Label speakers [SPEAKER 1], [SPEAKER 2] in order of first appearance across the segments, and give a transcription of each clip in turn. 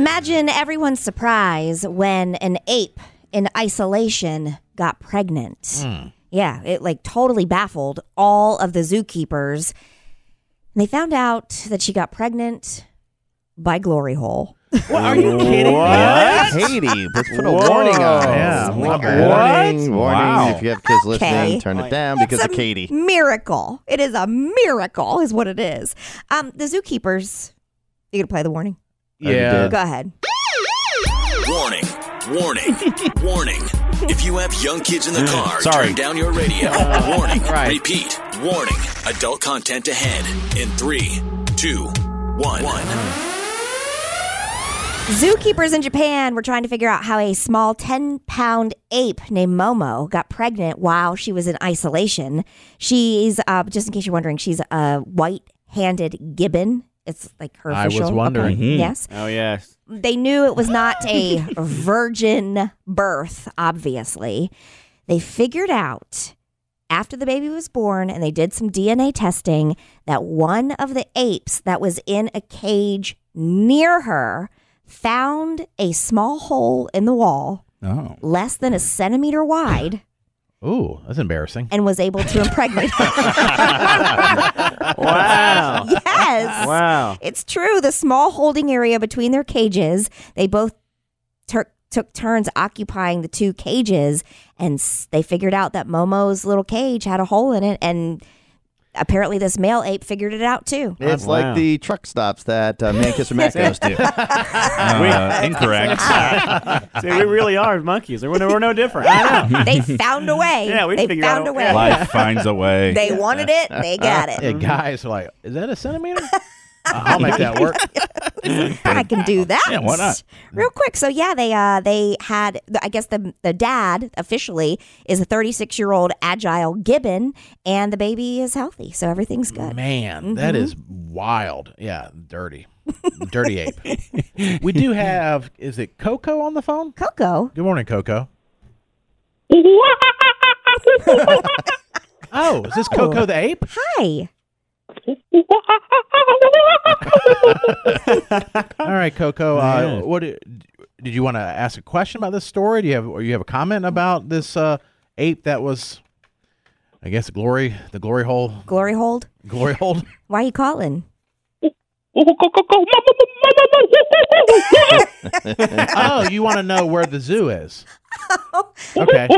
[SPEAKER 1] Imagine everyone's surprise when an ape in isolation got pregnant.
[SPEAKER 2] Hmm.
[SPEAKER 1] Yeah, it like totally baffled all of the zookeepers. And they found out that she got pregnant by glory hole.
[SPEAKER 3] Are you kidding?
[SPEAKER 4] What?
[SPEAKER 2] Katie, let's put a warning on.
[SPEAKER 4] Yeah.
[SPEAKER 2] Like a
[SPEAKER 4] What?
[SPEAKER 2] Warning, warning.
[SPEAKER 4] Wow.
[SPEAKER 2] If you have kids listening,
[SPEAKER 1] Okay.
[SPEAKER 2] turn it down
[SPEAKER 1] It's
[SPEAKER 2] because
[SPEAKER 1] a
[SPEAKER 2] of Katie.
[SPEAKER 1] Miracle. It is a miracle, is what it is. Um, the zookeepers, you gonna play the warning?
[SPEAKER 2] Yeah.
[SPEAKER 1] Go ahead.
[SPEAKER 5] Warning, warning, warning. If you have young kids in the car,
[SPEAKER 4] Sorry.
[SPEAKER 5] turn down your radio. warning,
[SPEAKER 4] right.
[SPEAKER 5] repeat, warning. Adult content ahead in three, two, one.
[SPEAKER 1] Zookeepers in Japan were trying to figure out how a small 10 pound ape named Momo got pregnant while she was in isolation. She's, uh, just in case you're wondering, she's a white handed gibbon. It's like her
[SPEAKER 4] I was
[SPEAKER 1] official.
[SPEAKER 4] wondering. Hmm.
[SPEAKER 1] okay, Yes.
[SPEAKER 3] Oh yes.
[SPEAKER 1] They knew it was not a virgin birth, obviously. They figured out after the baby was born and they did some DNA testing that one of the apes that was in a cage near her found a small hole in the wall
[SPEAKER 4] Oh.
[SPEAKER 1] less than a centimeter wide
[SPEAKER 4] Ooh, that's embarrassing.
[SPEAKER 1] and was able to impregnate her.
[SPEAKER 3] Wow.
[SPEAKER 1] yes.
[SPEAKER 3] wow.
[SPEAKER 1] It's true. The small holding area between their cages, they both tur- took turns occupying the two cages, and s- they figured out that Momo's little cage had a hole in it, and apparently this male ape figured it out too.
[SPEAKER 2] It's
[SPEAKER 3] Wow.
[SPEAKER 2] like the truck stops that uh, Man Kisser Mac goes to.
[SPEAKER 4] Uh, incorrect.
[SPEAKER 3] See, we really are monkeys. We're no, we're no different. I know.
[SPEAKER 1] They found a way.
[SPEAKER 3] Yeah, we'd
[SPEAKER 1] they
[SPEAKER 3] figure
[SPEAKER 1] found
[SPEAKER 3] out-
[SPEAKER 1] a way.
[SPEAKER 3] yeah.
[SPEAKER 6] Life finds a way.
[SPEAKER 1] They wanted it. They got
[SPEAKER 4] yeah,
[SPEAKER 1] it.
[SPEAKER 4] guys are like, is that a centimeter? I'll make that work.
[SPEAKER 1] I can do that.
[SPEAKER 6] Yeah, why not?
[SPEAKER 1] Real quick. So yeah, they uh they had I guess the the dad officially is a 36 year old agile gibbon, and the baby is healthy, so everything's good.
[SPEAKER 4] Man, that is wild. Yeah, dirty. Dirty ape. We do have, is it Coco on the phone?
[SPEAKER 1] Coco.
[SPEAKER 4] Good morning, Coco.
[SPEAKER 7] Yes.
[SPEAKER 4] Oh, is this Coco the ape?
[SPEAKER 1] Hi.
[SPEAKER 4] All right, Coco.
[SPEAKER 3] Yeah.
[SPEAKER 4] Uh, what did you want to ask a question about this story? Do you have or you have a comment about this uh, ape that was, I guess, glory the glory hole
[SPEAKER 1] Glory hold.
[SPEAKER 4] glory hole?
[SPEAKER 1] Why you calling?
[SPEAKER 4] oh, you want to know where the zoo is? Okay.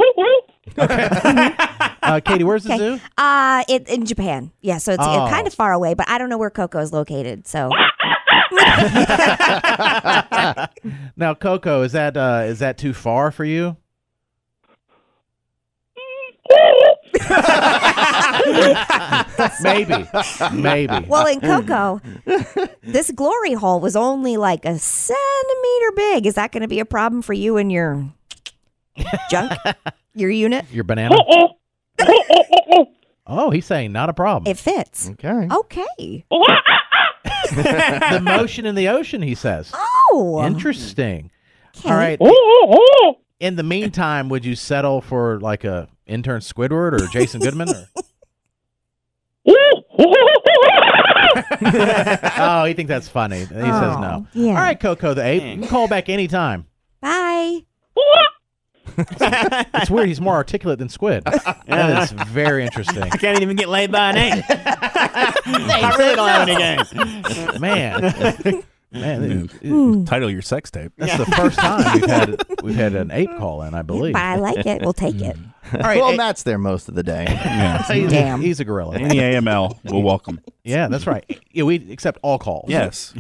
[SPEAKER 4] Uh, Katie, where's the zoo?
[SPEAKER 1] Uh it in Japan. Yeah, so it's uh,
[SPEAKER 4] Oh.
[SPEAKER 1] kind of far away, but I don't know where Coco is located. So
[SPEAKER 4] Now, Coco, is that uh, is that too far for you? Maybe, maybe.
[SPEAKER 1] well in Coco, this glory hole was only like a centimeter big. Is that gonna be a problem for you and your junk? Your unit?
[SPEAKER 4] Your banana. Oh, he's saying not a problem.
[SPEAKER 1] It fits.
[SPEAKER 2] Okay.
[SPEAKER 4] Mm.
[SPEAKER 1] Okay.
[SPEAKER 4] the motion in the ocean, he says.
[SPEAKER 1] Oh.
[SPEAKER 4] Interesting.
[SPEAKER 1] okay.
[SPEAKER 4] All right. In the meantime, would you settle for like a intern Squidward or Jason Goodman? Or? oh, he thinks that's funny. He says no.
[SPEAKER 1] Oh, yeah.
[SPEAKER 4] All right, Coco the ape. You can call back anytime.
[SPEAKER 1] Bye.
[SPEAKER 4] It's weird. He's more articulate than Squid. That is very interesting.
[SPEAKER 3] I can't even get laid by an ape. I really don't have any games.
[SPEAKER 4] Man. Man,
[SPEAKER 6] Title your sex tape.
[SPEAKER 4] that's the first time we've had we've had an ape call in, I believe.
[SPEAKER 1] But I like it. We'll take it.
[SPEAKER 4] All right,
[SPEAKER 2] Well,
[SPEAKER 4] ape-
[SPEAKER 2] Matt's there most of the day.
[SPEAKER 6] Yeah.
[SPEAKER 4] he's,
[SPEAKER 1] Damn.
[SPEAKER 4] he's a gorilla.
[SPEAKER 6] Any AML will welcome.
[SPEAKER 4] Yeah, that's right. Yeah, we accept all calls.
[SPEAKER 6] Yes.